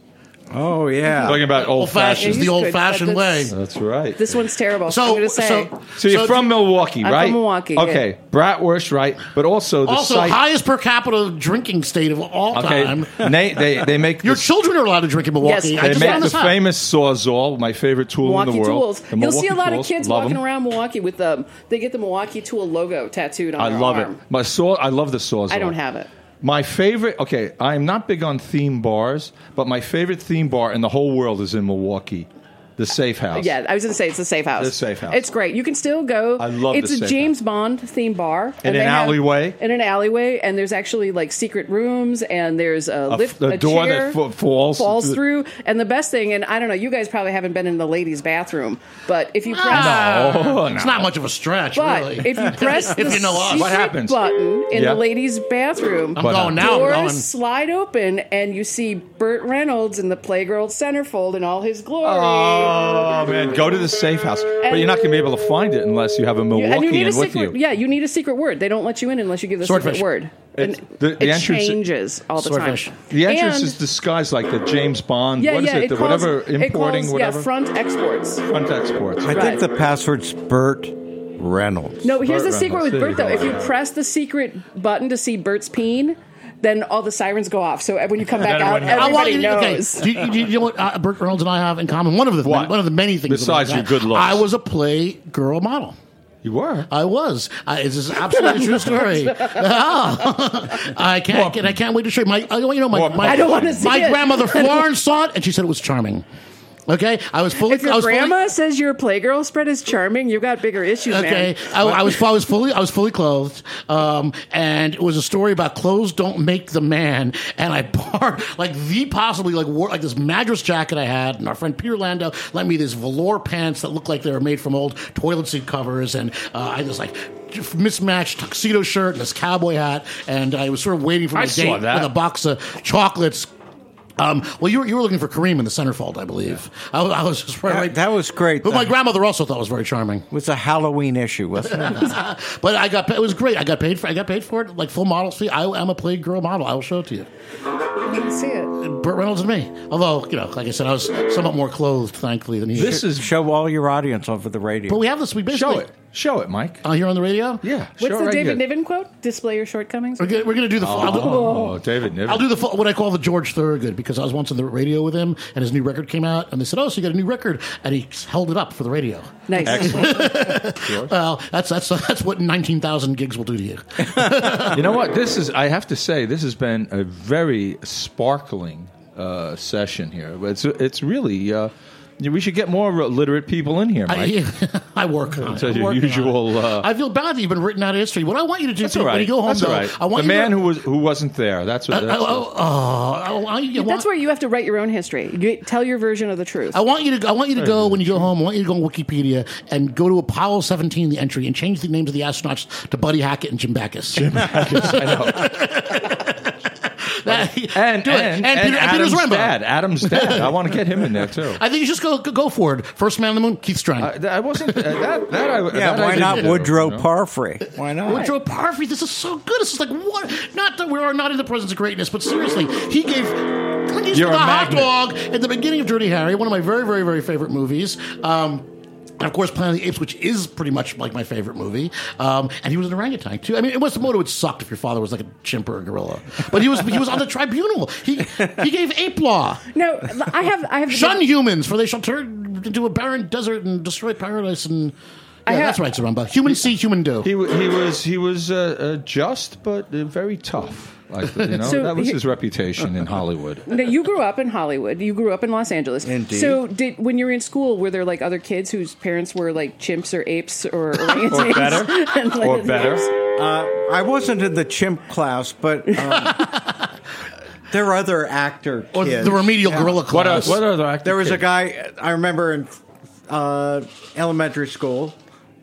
[SPEAKER 7] Oh yeah.
[SPEAKER 5] Talking about old
[SPEAKER 3] fashions,
[SPEAKER 5] fashioned.
[SPEAKER 6] Yeah,
[SPEAKER 3] the
[SPEAKER 6] you could,
[SPEAKER 3] old
[SPEAKER 6] but
[SPEAKER 3] fashioned way.
[SPEAKER 6] that's-
[SPEAKER 5] That's right.
[SPEAKER 6] This one's terrible. I'm
[SPEAKER 3] So,
[SPEAKER 6] gonna say.
[SPEAKER 3] so,
[SPEAKER 5] so you're
[SPEAKER 3] so
[SPEAKER 5] from Milwaukee,
[SPEAKER 6] I'm
[SPEAKER 5] right?
[SPEAKER 6] from Milwaukee,
[SPEAKER 5] Okay, bratwurst, right? But also the
[SPEAKER 3] also
[SPEAKER 5] site-
[SPEAKER 3] highest per capita drinking state of all
[SPEAKER 5] Okay,
[SPEAKER 3] time.
[SPEAKER 5] they, they they make
[SPEAKER 3] Your
[SPEAKER 5] this-
[SPEAKER 3] children are allowed to drink in Milwaukee.
[SPEAKER 6] Yes,
[SPEAKER 3] I
[SPEAKER 5] They
[SPEAKER 3] just
[SPEAKER 5] make
[SPEAKER 3] found
[SPEAKER 5] the
[SPEAKER 3] this out.
[SPEAKER 5] famous sawzall, my favorite tool in
[SPEAKER 6] Milwaukee
[SPEAKER 5] the world.
[SPEAKER 6] tools.
[SPEAKER 5] The
[SPEAKER 6] You'll see a
[SPEAKER 5] Milwaukee
[SPEAKER 6] lot of
[SPEAKER 5] tools,
[SPEAKER 6] kids
[SPEAKER 5] love
[SPEAKER 6] walking
[SPEAKER 5] 'em.
[SPEAKER 6] around Milwaukee with the they get the Milwaukee tool logo tattooed on
[SPEAKER 5] I
[SPEAKER 6] their
[SPEAKER 5] love
[SPEAKER 6] arm.
[SPEAKER 5] it. My saw. I love the sawzall.
[SPEAKER 6] I don't have it.
[SPEAKER 5] My favorite, okay, I'm not big on theme bars, but my favorite theme bar in the whole world is in Milwaukee, the Safe House.
[SPEAKER 6] Yeah, I was going to say it's the safe house.
[SPEAKER 5] The safe house.
[SPEAKER 6] It's great. You can still go.
[SPEAKER 5] I love
[SPEAKER 6] It's
[SPEAKER 5] the
[SPEAKER 6] a
[SPEAKER 5] safe
[SPEAKER 6] James
[SPEAKER 5] house.
[SPEAKER 6] Bond themed bar
[SPEAKER 5] In
[SPEAKER 6] and
[SPEAKER 5] an
[SPEAKER 6] they have-
[SPEAKER 5] alleyway?
[SPEAKER 6] In an alleyway, and there's actually like secret rooms, and there's a,
[SPEAKER 5] f-
[SPEAKER 6] lift,
[SPEAKER 5] a door
[SPEAKER 6] chair
[SPEAKER 5] that fa- falls through-
[SPEAKER 6] through. And the best thing, and I don't know, you guys probably haven't been in the ladies' bathroom, but if you press,
[SPEAKER 5] Oh,
[SPEAKER 3] It's
[SPEAKER 5] no.
[SPEAKER 3] not much of a stretch,
[SPEAKER 6] Ah. but
[SPEAKER 3] Ah, really.
[SPEAKER 6] if you press the
[SPEAKER 3] if you know us.
[SPEAKER 6] secret
[SPEAKER 5] What happens?
[SPEAKER 6] button in
[SPEAKER 5] Yeah.
[SPEAKER 6] the ladies' bathroom,
[SPEAKER 3] I'm
[SPEAKER 5] But-
[SPEAKER 3] going now. I'm
[SPEAKER 6] doors
[SPEAKER 3] going.
[SPEAKER 6] slide open and you see Burt Reynolds in the Playgirl centerfold in all his glory.
[SPEAKER 5] Oh, man, go to the Safe House. but you're not going to be able to find it unless you have a
[SPEAKER 6] You- and
[SPEAKER 5] Milwaukee
[SPEAKER 6] you need a
[SPEAKER 5] in with
[SPEAKER 6] secret.
[SPEAKER 5] you.
[SPEAKER 6] Yeah, you need a secret word. They don't let you in unless you give the
[SPEAKER 3] Swordfish.
[SPEAKER 6] secret word. And
[SPEAKER 5] It's- the- the
[SPEAKER 6] it
[SPEAKER 5] entrance-
[SPEAKER 6] changes all the
[SPEAKER 3] Swordfish.
[SPEAKER 6] time.
[SPEAKER 5] The entrance
[SPEAKER 6] And-
[SPEAKER 5] is disguised like the James Bond,
[SPEAKER 6] yeah,
[SPEAKER 5] what is
[SPEAKER 6] yeah,
[SPEAKER 5] it, the
[SPEAKER 6] calls,
[SPEAKER 5] whatever,
[SPEAKER 6] it
[SPEAKER 5] importing,
[SPEAKER 6] calls,
[SPEAKER 5] whatever,
[SPEAKER 6] Yeah, front exports.
[SPEAKER 5] front exports.
[SPEAKER 7] I
[SPEAKER 6] Right.
[SPEAKER 7] think the password's Burt Reynolds.
[SPEAKER 6] No, here's
[SPEAKER 5] Burt
[SPEAKER 6] the secret
[SPEAKER 5] Reynolds. There
[SPEAKER 6] with Bert
[SPEAKER 5] you
[SPEAKER 6] though.
[SPEAKER 5] go.
[SPEAKER 6] If you press the secret button to see Bert's peen, then all the sirens go off. So when you come back
[SPEAKER 5] everyone
[SPEAKER 6] out,
[SPEAKER 5] knows.
[SPEAKER 3] I want
[SPEAKER 6] everybody
[SPEAKER 3] you to- okay.
[SPEAKER 6] knows.
[SPEAKER 3] Do you, do you know what uh, Burt Reynolds and I have in common? One of the
[SPEAKER 5] What?
[SPEAKER 3] one of the many things.
[SPEAKER 5] Besides
[SPEAKER 3] that we have.
[SPEAKER 5] your good looks.
[SPEAKER 3] I was a playgirl model.
[SPEAKER 5] you were.
[SPEAKER 3] I was. I, this is absolutely a true story. Oh. I can't. And I can't wait to show you. My, I- you know, my,
[SPEAKER 5] More-
[SPEAKER 3] my,
[SPEAKER 5] I
[SPEAKER 6] don't wanna see
[SPEAKER 3] My
[SPEAKER 6] it.
[SPEAKER 3] grandmother Florence saw it, and she said it was charming. Okay, I was fully.
[SPEAKER 6] If your
[SPEAKER 3] I was fully-
[SPEAKER 6] grandma says your playgirl spread is charming, you got bigger issues,
[SPEAKER 3] Okay,
[SPEAKER 6] man.
[SPEAKER 3] I, I was I was fully I was fully clothed, um, and it was a story about clothes don't make the man. And I bought like the possibly like wore like this mattress jacket I had, and our friend Peter Lando lent me these velour pants that looked like they were made from old toilet seat covers, and uh, I had this like mismatched tuxedo shirt and this cowboy hat, and I was sort of waiting for my
[SPEAKER 5] I saw
[SPEAKER 3] date
[SPEAKER 5] that.
[SPEAKER 3] with a box of chocolates. Um, well, you were, you were looking for Kareem in the centerfold, I believe. I, was- I was just right.
[SPEAKER 7] That, that was great.
[SPEAKER 3] who my
[SPEAKER 7] though.
[SPEAKER 3] grandmother also thought was very charming.
[SPEAKER 7] It was a Halloween issue, wasn't it?
[SPEAKER 3] But I got it was great. I got paid for I got paid for it like full models fee. I am a playgirl model. I will show it to you.
[SPEAKER 6] I can see it.
[SPEAKER 3] Burt Reynolds and me. Although you know, like I said, I was somewhat more clothed, thankfully, than he.
[SPEAKER 5] This is,
[SPEAKER 7] Show all your audience over the radio.
[SPEAKER 3] but we have this. We basically
[SPEAKER 5] show it, show it, Mike.
[SPEAKER 3] uh, here on the radio.
[SPEAKER 5] Yeah, show
[SPEAKER 6] What's
[SPEAKER 5] it
[SPEAKER 6] the
[SPEAKER 5] right
[SPEAKER 6] David
[SPEAKER 5] here.
[SPEAKER 6] Niven quote? Display your shortcomings.
[SPEAKER 3] We're gonna, we're gonna do the. I'll, do,
[SPEAKER 5] Oh, David Niven.
[SPEAKER 3] I'll do the full- what I call the George Thorogood because I was once on the radio with him and his new record came out and they said, "Oh, so you got a new record?" and he held it up for the radio.
[SPEAKER 6] Nice.
[SPEAKER 3] Well, that's that's that's what nineteen thousand gigs will do to you.
[SPEAKER 5] You know what? This is. I have to say, this has been a very sparkling uh, session here. It's it's really. Uh, we should get more literate people in here, Mike.
[SPEAKER 3] I, I work on it.
[SPEAKER 5] So
[SPEAKER 3] I'm
[SPEAKER 5] your
[SPEAKER 3] working on it.
[SPEAKER 5] usual, uh,
[SPEAKER 3] I feel bad that you've been written out of history. What I want you to do
[SPEAKER 5] that's
[SPEAKER 3] too,
[SPEAKER 5] all right.
[SPEAKER 3] when you go home,
[SPEAKER 5] that's
[SPEAKER 3] though,
[SPEAKER 5] all right.
[SPEAKER 3] I want
[SPEAKER 5] the
[SPEAKER 3] you
[SPEAKER 5] man
[SPEAKER 3] to,
[SPEAKER 5] who was who wasn't there. That's what. That's,
[SPEAKER 3] oh, oh, oh, oh, I- I want-
[SPEAKER 6] That's where you have to write your own history. You tell your version of the truth.
[SPEAKER 3] I want you to. I want you to go when you go home. I want you to go on Wikipedia and go to Apollo 17, the entry, and change the names of the astronauts to Buddy Hackett and Jim Backus. Jim Backus.
[SPEAKER 5] and
[SPEAKER 3] do it. And
[SPEAKER 5] and,
[SPEAKER 3] Peter- and Peter's
[SPEAKER 5] Adam's
[SPEAKER 3] Rambo.
[SPEAKER 5] dad. Adam's dad. I want to get him in there too.
[SPEAKER 3] I think you just go go for it. First man on the moon, Keith Strang.
[SPEAKER 5] I, I wasn't uh, that. That I.
[SPEAKER 7] yeah,
[SPEAKER 5] that I
[SPEAKER 7] why
[SPEAKER 5] didn't
[SPEAKER 7] not
[SPEAKER 5] do,
[SPEAKER 7] Woodrow
[SPEAKER 5] you know?
[SPEAKER 7] Parfrey? Why not?
[SPEAKER 3] Woodrow Parfrey, this is so good. This is like what? Not that we are not in the presence of greatness, but seriously, he gave. Clint Eastwood
[SPEAKER 5] You're a
[SPEAKER 3] a hot
[SPEAKER 5] magnet.
[SPEAKER 3] dog at the beginning of Dirty Harry, one of my very, very, very favorite movies. Um, and of course, Planet of the Apes, which is pretty much like my favorite movie. Um, and he was an orangutan too. I mean, what's the motive? It sucked if your father was like a chimp or a gorilla, but he was he was on the tribunal. He he gave ape law.
[SPEAKER 6] no, I have. I have.
[SPEAKER 3] Shun humans, for they shall turn into a barren desert and destroy paradise. And yeah,
[SPEAKER 6] I ha-
[SPEAKER 3] that's right, Zaramba. Human see, human do.
[SPEAKER 5] He, wa- he was he was uh, uh, just but uh, very tough. Like, you know,
[SPEAKER 6] So
[SPEAKER 5] that was
[SPEAKER 6] he-
[SPEAKER 5] his reputation in Hollywood.
[SPEAKER 6] Now, you grew up in Hollywood. You grew up in Los Angeles.
[SPEAKER 7] Indeed.
[SPEAKER 6] So, did when you were in school, were there like other kids whose parents were like chimps or apes or orangutans?
[SPEAKER 5] Or better.
[SPEAKER 6] And, like,
[SPEAKER 5] Or better.
[SPEAKER 7] Uh, I wasn't in the chimp class, but um, there were other actor
[SPEAKER 3] or
[SPEAKER 7] kids.
[SPEAKER 3] the remedial gorilla
[SPEAKER 5] What are,
[SPEAKER 3] class.
[SPEAKER 5] what are the active
[SPEAKER 7] There was a
[SPEAKER 5] kids?
[SPEAKER 7] guy I remember in uh, elementary school.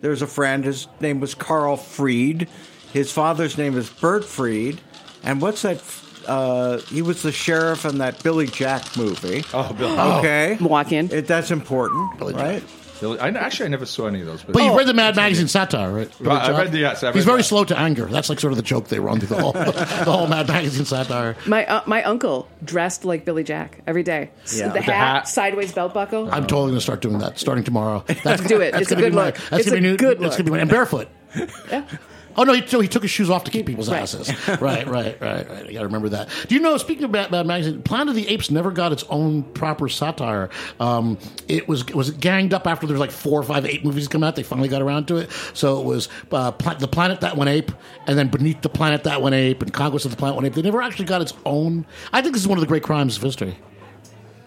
[SPEAKER 7] There was a friend. His name was Carl Freed. His father's name is Bert Freed. And what's that? Uh, he was the sheriff in that Billy Jack movie.
[SPEAKER 5] Oh, Bill.
[SPEAKER 7] Okay,
[SPEAKER 6] Walk in.
[SPEAKER 7] It, that's important,
[SPEAKER 3] Billy Jack.
[SPEAKER 7] right?
[SPEAKER 5] Billy- Oh. I, actually, I never saw any of those. Oh.
[SPEAKER 3] But you've read the Mad Magazine satire, right? Billy
[SPEAKER 5] I
[SPEAKER 3] Jock?
[SPEAKER 5] read the- yes, I read
[SPEAKER 3] He's very
[SPEAKER 5] that.
[SPEAKER 3] slow to anger. That's like sort of the joke they run through the whole the whole Mad Magazine satire.
[SPEAKER 6] My uh, my uncle dressed like Billy Jack every day. S-
[SPEAKER 7] Yeah.
[SPEAKER 6] The,
[SPEAKER 7] The
[SPEAKER 6] hat,
[SPEAKER 5] hat.
[SPEAKER 6] sideways belt buckle.
[SPEAKER 3] I'm totally going to start doing that starting tomorrow. That's,
[SPEAKER 6] Do it. It's a
[SPEAKER 3] gonna be
[SPEAKER 6] good
[SPEAKER 3] my-
[SPEAKER 6] look.
[SPEAKER 3] That's
[SPEAKER 6] It's
[SPEAKER 3] gonna be
[SPEAKER 6] a
[SPEAKER 3] new,
[SPEAKER 6] good
[SPEAKER 3] That's going
[SPEAKER 6] look.
[SPEAKER 3] to be my and barefoot.
[SPEAKER 6] Yeah.
[SPEAKER 3] Oh no, he, so he took his shoes off to keep people's
[SPEAKER 6] Right.
[SPEAKER 3] asses. right, right, right, right. I got to remember that. Do you know? Speaking of Bad, Bad Magazine, Planet of the Apes never got its own proper satire. Um, it was it was ganged up after there was like four or five ape movies come out. They finally got around to it. So it was uh, pla- the Planet That One Ape, and then Beneath the Planet That One Ape, and Conquest of the Planet One Ape. They never actually got its own. I think this is one of the great crimes of history.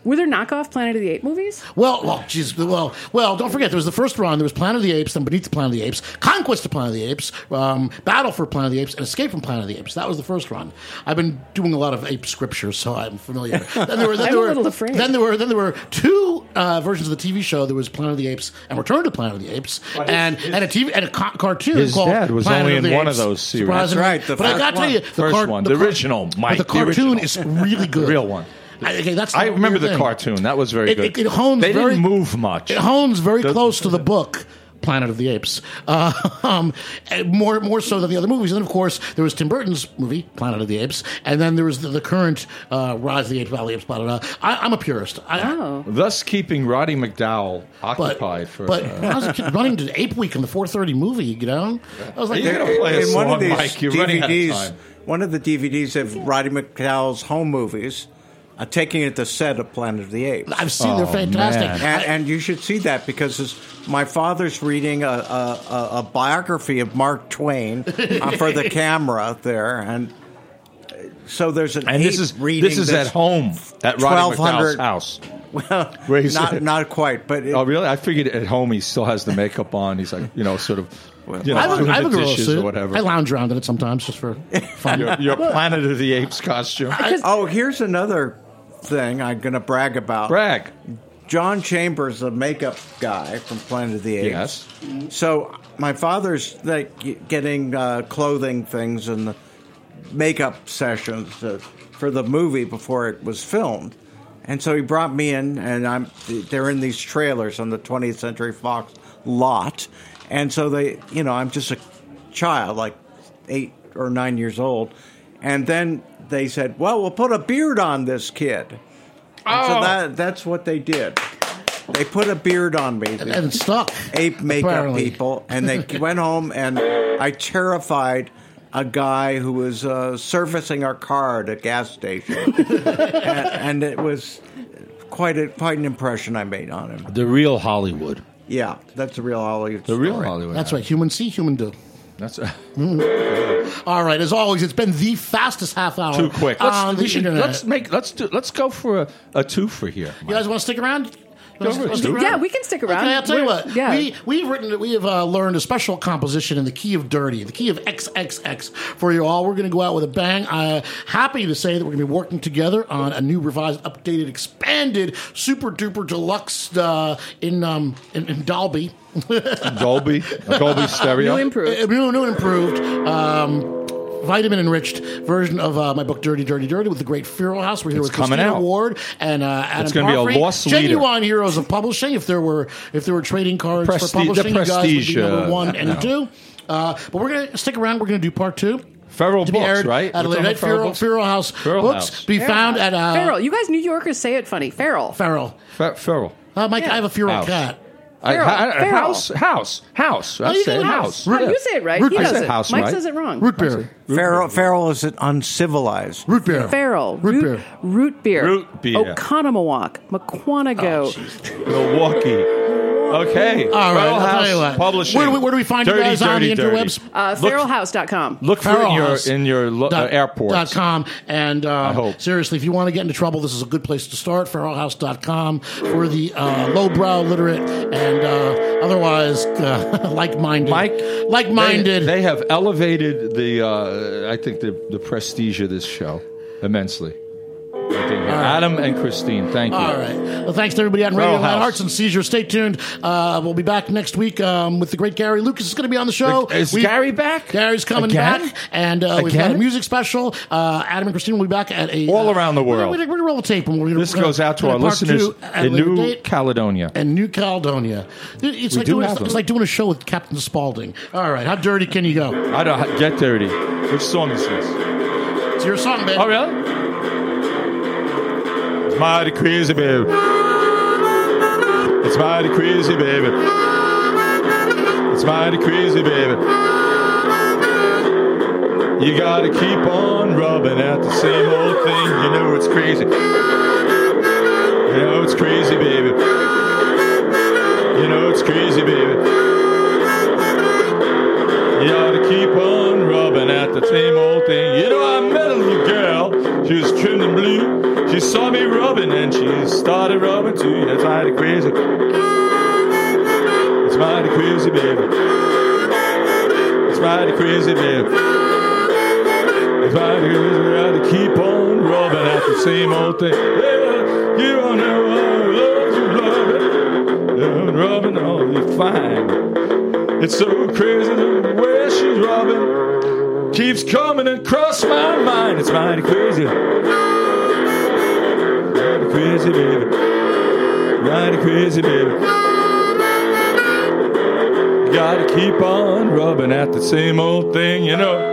[SPEAKER 6] Were there knockoff Planet of the Apes movies?
[SPEAKER 3] Well, well, geez, well, well. Don't forget, there was the first run. There was Planet of the Apes, then Beneath the Planet of the Apes, Conquest of Planet of the Apes, um, Battle for Planet of the Apes, and Escape from Planet of the Apes. That was the first run. I've been doing a lot of ape scriptures, so I'm familiar. Then there were, then there
[SPEAKER 6] I'm a
[SPEAKER 3] were,
[SPEAKER 6] little afraid.
[SPEAKER 3] Then there were, then there were two uh, versions of the TV show. There was Planet of the Apes and Return to Planet of the Apes, and and a TV and a co- cartoon
[SPEAKER 5] his
[SPEAKER 3] called
[SPEAKER 5] dad was
[SPEAKER 3] Planet
[SPEAKER 5] only
[SPEAKER 3] the
[SPEAKER 5] in one
[SPEAKER 3] Apes.
[SPEAKER 5] of those series.
[SPEAKER 3] Surprisingly.
[SPEAKER 7] That's right, the
[SPEAKER 3] but I
[SPEAKER 7] first
[SPEAKER 3] got to tell
[SPEAKER 7] one.
[SPEAKER 3] you, the
[SPEAKER 5] First one, the
[SPEAKER 3] car-
[SPEAKER 5] original,
[SPEAKER 3] but
[SPEAKER 5] Mike,
[SPEAKER 3] The
[SPEAKER 5] the
[SPEAKER 3] cartoon
[SPEAKER 5] original.
[SPEAKER 3] is really good.
[SPEAKER 5] real one.
[SPEAKER 3] I, okay, that's
[SPEAKER 5] I
[SPEAKER 3] the
[SPEAKER 5] remember
[SPEAKER 3] weird
[SPEAKER 5] the
[SPEAKER 3] thing.
[SPEAKER 5] cartoon. That was very
[SPEAKER 3] It- it-
[SPEAKER 5] good.
[SPEAKER 3] it hones
[SPEAKER 5] They
[SPEAKER 3] very-
[SPEAKER 5] didn't move much.
[SPEAKER 3] It hones very
[SPEAKER 5] Does-
[SPEAKER 3] close to the book. Planet of the Apes, uh, um, and more more so than the other movies. And then, of course, there was Tim Burton's movie Planet of the Apes, and then there was the, the current uh, Rise of the Apes, Valley of the Apes. Blah blah. blah. I, I'm a purist. I,
[SPEAKER 6] Oh.
[SPEAKER 5] Thus, keeping Roddy McDowell
[SPEAKER 3] but
[SPEAKER 5] occupied for.
[SPEAKER 3] but
[SPEAKER 5] uh,
[SPEAKER 3] I was a kid running to Ape Week in the 4:30 movie. You know, I was like,
[SPEAKER 5] Are you gonna play a
[SPEAKER 7] in one
[SPEAKER 5] song,
[SPEAKER 7] of these
[SPEAKER 5] Mike? You're running out of
[SPEAKER 7] DVDs,
[SPEAKER 5] time.
[SPEAKER 7] one of the DVDs of Roddy McDowell's home movies, uh, taking it the set of Planet of the Apes.
[SPEAKER 3] I've seen they're
[SPEAKER 5] Oh,
[SPEAKER 3] fantastic.
[SPEAKER 5] man.
[SPEAKER 7] And, and you should see that because it's, my father's reading a, a, a, a biography of Mark Twain uh, for the camera there, and uh, so there's an
[SPEAKER 5] and this
[SPEAKER 7] ape
[SPEAKER 5] is
[SPEAKER 7] reading
[SPEAKER 5] this is at home at Roddy McDowell's
[SPEAKER 7] 1200
[SPEAKER 5] house.
[SPEAKER 7] Well,
[SPEAKER 5] Where he's-
[SPEAKER 7] not not quite, but it,
[SPEAKER 5] Oh, really? I figured at home he still has the makeup on. He's like, you know, sort of, you know,
[SPEAKER 3] I have a,
[SPEAKER 5] doing
[SPEAKER 3] I have a
[SPEAKER 5] the
[SPEAKER 3] gorilla
[SPEAKER 5] dishes
[SPEAKER 3] suit.
[SPEAKER 5] or whatever.
[SPEAKER 3] I lounge around in it sometimes just for fun.
[SPEAKER 5] your, your Planet of the Apes costume.
[SPEAKER 7] oh, here's another thing I'm going to brag about.
[SPEAKER 5] Brag.
[SPEAKER 7] John Chambers, the makeup guy from Planet of the Apes.
[SPEAKER 5] Yes.
[SPEAKER 7] So my father's like getting uh, clothing things and the makeup sessions uh, for the movie before it was filmed, and so he brought me in, and I'm they're in these trailers on the 20th Century Fox lot, and so they, you know, I'm just a child, like eight or nine years old, and then they said, "Well, we'll put a beard on this kid," and so
[SPEAKER 5] Oh.
[SPEAKER 7] that that's what they did. They put a beard on me
[SPEAKER 3] and it's stuck.
[SPEAKER 7] ape makeup
[SPEAKER 3] Apparently.
[SPEAKER 7] people, and they went home, and I terrified a guy who was uh, servicing our car at a gas station, and, and it was quite a quite an impression I made on him.
[SPEAKER 5] The real Hollywood.
[SPEAKER 7] Yeah, that's a real Hollywood.
[SPEAKER 5] The real
[SPEAKER 7] story.
[SPEAKER 5] Hollywood.
[SPEAKER 3] That's right. Human see, human do.
[SPEAKER 5] That's
[SPEAKER 3] All right, as always, it's been the fastest half hour.
[SPEAKER 5] too quick. Let's,
[SPEAKER 3] on the
[SPEAKER 5] we should-
[SPEAKER 3] internet.
[SPEAKER 5] let's make. Let's do. Let's go for a, a two for here.
[SPEAKER 3] You guys want to stick around? You wanna
[SPEAKER 5] Go for it,
[SPEAKER 3] stick
[SPEAKER 5] Stu.
[SPEAKER 3] around?
[SPEAKER 6] Yeah, we can stick around.
[SPEAKER 3] Okay, I'll tell you
[SPEAKER 6] We're-
[SPEAKER 3] what.
[SPEAKER 6] yeah.
[SPEAKER 3] We we've written we have uh, learned a special composition in the key of dirty, the key of XXX for you all. We're going to go out with a bang. Uh, happy to say that we're going to be working together on a new revised, updated, expanded, super duper deluxe uh, in, um, in in Dolby.
[SPEAKER 5] Dolby, Dolby stereo.
[SPEAKER 6] New improved.
[SPEAKER 3] Uh, new, new and improved. Um, Vitamin enriched version of uh, my book Dirty, Dirty, Dirty with the great Firo House. We're here
[SPEAKER 5] It's
[SPEAKER 3] with
[SPEAKER 5] coming
[SPEAKER 3] Christina
[SPEAKER 5] out.
[SPEAKER 3] Ward and uh, Adam.
[SPEAKER 5] It's gonna be a
[SPEAKER 3] Parfrey.
[SPEAKER 5] loss leader.
[SPEAKER 3] Genuine heroes of publishing. If there were if there were trading cards
[SPEAKER 5] Presti-
[SPEAKER 3] for publishing,
[SPEAKER 5] the
[SPEAKER 3] you guys would be
[SPEAKER 5] prestige,
[SPEAKER 3] number
[SPEAKER 5] uh,
[SPEAKER 3] one and
[SPEAKER 5] no.
[SPEAKER 3] two. Uh, but we're gonna stick around. We're gonna do part two.
[SPEAKER 5] Feral
[SPEAKER 3] to be
[SPEAKER 5] Books,
[SPEAKER 3] aired
[SPEAKER 5] right?
[SPEAKER 3] At a
[SPEAKER 5] We're
[SPEAKER 3] later
[SPEAKER 5] talking
[SPEAKER 3] date.
[SPEAKER 5] Feral
[SPEAKER 3] Firo,
[SPEAKER 5] Books?
[SPEAKER 3] Firo House
[SPEAKER 5] Feral
[SPEAKER 3] books
[SPEAKER 5] House.
[SPEAKER 3] be found at uh,
[SPEAKER 6] Feral. You guys, New Yorkers say it funny. Feral.
[SPEAKER 3] Feral.
[SPEAKER 5] Fe- feral.
[SPEAKER 3] Uh, Mike,
[SPEAKER 6] Yeah.
[SPEAKER 3] I have a Feral
[SPEAKER 5] House.
[SPEAKER 3] cat.
[SPEAKER 5] I-
[SPEAKER 6] Feral,
[SPEAKER 5] I- I-
[SPEAKER 6] feral.
[SPEAKER 5] House. House. House. I
[SPEAKER 3] Oh, you
[SPEAKER 5] said
[SPEAKER 3] got
[SPEAKER 5] house.
[SPEAKER 6] How do
[SPEAKER 5] Yeah.
[SPEAKER 6] you say it right?
[SPEAKER 3] Root
[SPEAKER 6] he
[SPEAKER 3] beer.
[SPEAKER 6] does
[SPEAKER 5] I said
[SPEAKER 6] it.
[SPEAKER 5] house,
[SPEAKER 6] Mike
[SPEAKER 5] right?
[SPEAKER 6] says it wrong.
[SPEAKER 3] Root beer.
[SPEAKER 7] Feral, feral is an uncivilized.
[SPEAKER 3] Root beer.
[SPEAKER 6] Feral.
[SPEAKER 3] Root beer.
[SPEAKER 6] Root beer.
[SPEAKER 5] Root beer. Oh,
[SPEAKER 6] Oconomowoc. McQuanago.
[SPEAKER 5] Milwaukee. Okay.
[SPEAKER 3] All right,
[SPEAKER 5] Feral
[SPEAKER 3] I'll tell you
[SPEAKER 5] House
[SPEAKER 3] what.
[SPEAKER 5] Publishing.
[SPEAKER 3] Where do we- where do we find you
[SPEAKER 5] Dirty,
[SPEAKER 3] guys on the
[SPEAKER 5] dirty,
[SPEAKER 3] interwebs?
[SPEAKER 5] dirty.
[SPEAKER 6] uh, feralhouse.com.
[SPEAKER 5] Look for it in your
[SPEAKER 3] Feralhouse
[SPEAKER 5] in your lo- uh,
[SPEAKER 3] dot-
[SPEAKER 5] airport.
[SPEAKER 3] dot com and um,
[SPEAKER 5] hope.
[SPEAKER 3] seriously if you want to get into trouble this is a good place to start feralhouse.com for the uh, lowbrow literate and uh, otherwise uh, like-minded
[SPEAKER 5] Mike,
[SPEAKER 3] like-minded
[SPEAKER 5] They, they have elevated the, uh, I think, the, the prestige of this show immensely. I think
[SPEAKER 8] There you go. Adam and Christine, thank you.
[SPEAKER 3] All right. Well, thanks to everybody on Radio
[SPEAKER 8] Feral
[SPEAKER 3] Land
[SPEAKER 8] House.
[SPEAKER 3] Arts and Seizure. Stay tuned. Uh, we'll be back next week um, with the great Gary Lucas is going to be on the show.
[SPEAKER 8] The- is Gary back?
[SPEAKER 3] Gary's coming
[SPEAKER 8] Again?
[SPEAKER 3] back, and uh, we've got a
[SPEAKER 8] Again?
[SPEAKER 3] music special. Uh, Adam and Christine will be back at a
[SPEAKER 8] All
[SPEAKER 3] uh,
[SPEAKER 8] around the
[SPEAKER 3] we're gonna-
[SPEAKER 8] world.
[SPEAKER 3] We're going to roll tape, and we're gonna,
[SPEAKER 8] This
[SPEAKER 3] we're
[SPEAKER 8] goes
[SPEAKER 3] gonna-
[SPEAKER 8] out to our
[SPEAKER 3] gonna part
[SPEAKER 8] listeners
[SPEAKER 3] two at a
[SPEAKER 8] in
[SPEAKER 3] later
[SPEAKER 8] New
[SPEAKER 3] date.
[SPEAKER 8] Caledonia.
[SPEAKER 3] and New Caledonia. It- It's
[SPEAKER 8] We
[SPEAKER 3] like,
[SPEAKER 8] do
[SPEAKER 3] doing,
[SPEAKER 8] have
[SPEAKER 3] it's
[SPEAKER 8] them.
[SPEAKER 3] like doing a show with Captain Spaulding. All right, how dirty can you go?
[SPEAKER 8] I don't get dirty. Which song is this?
[SPEAKER 3] It's your song, man.
[SPEAKER 8] Oh, really? It's mighty crazy, baby. It's mighty crazy, baby. It's mighty crazy, baby. You gotta keep on rubbing at the same old thing. You know it's crazy. You know it's crazy, baby. You know it's crazy, baby. You ought to keep on rubbing at the same old thing. You know, I met a little girl. She was trimmed in blue. She saw me rubbing and she started rubbing too. That's mighty crazy. It's mighty crazy, baby. It's mighty crazy, baby. It's mighty crazy. You ought to keep on rubbing at the same old thing. Yeah, you don't know I love you, rubbing. Rubbing, oh, you're fine. It's so crazy the way she's robbing keeps coming across my mind. It's mighty crazy, mighty crazy, baby, mighty crazy, baby. Gotta keep on rubbing at the same old thing, you know.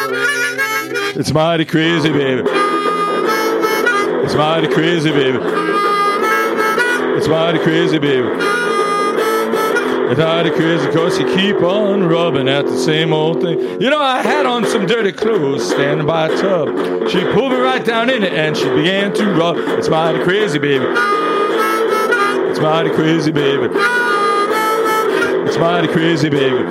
[SPEAKER 8] It's mighty crazy, baby. It's mighty crazy, baby. It's mighty crazy, baby. It's mighty crazy, cause you keep on rubbing at the same old thing. You know, I had on some dirty clothes standing by a tub. She pulled me right down in it and she began to rub. It's mighty crazy, baby. It's mighty crazy, baby. It's mighty crazy, baby.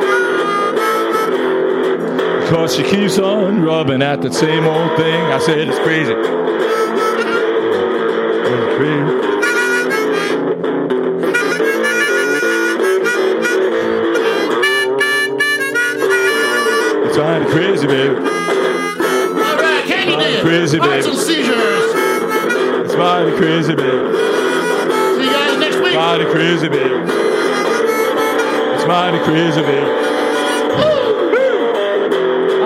[SPEAKER 8] Cause she keeps on rubbing at that same old thing. I said it's crazy. It's crazy. It's mighty crazy, baby.
[SPEAKER 3] All right, Candy Dip.
[SPEAKER 8] Crazy,
[SPEAKER 3] Arts
[SPEAKER 8] baby.
[SPEAKER 3] and Seizures.
[SPEAKER 8] It's mighty crazy, baby.
[SPEAKER 3] See you guys next week.
[SPEAKER 8] Mighty crazy, baby. It's mighty crazy, baby.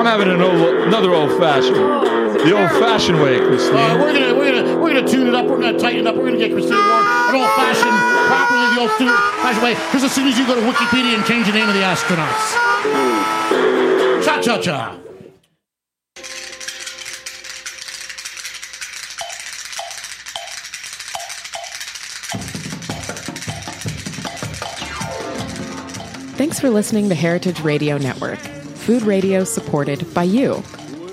[SPEAKER 8] I'm having an old, another old fashioned. The old fashioned way, Christine.
[SPEAKER 3] Uh, we're gonna we're gonna we're gonna tune it up. We're gonna tighten it up. We're gonna get Christine Ward an old fashioned, properly the old stu- fashioned way. Because as soon as you go to Wikipedia and change the name of the astronauts, cha cha cha.
[SPEAKER 9] Thanks for listening to Heritage Radio Network, food radio supported by you.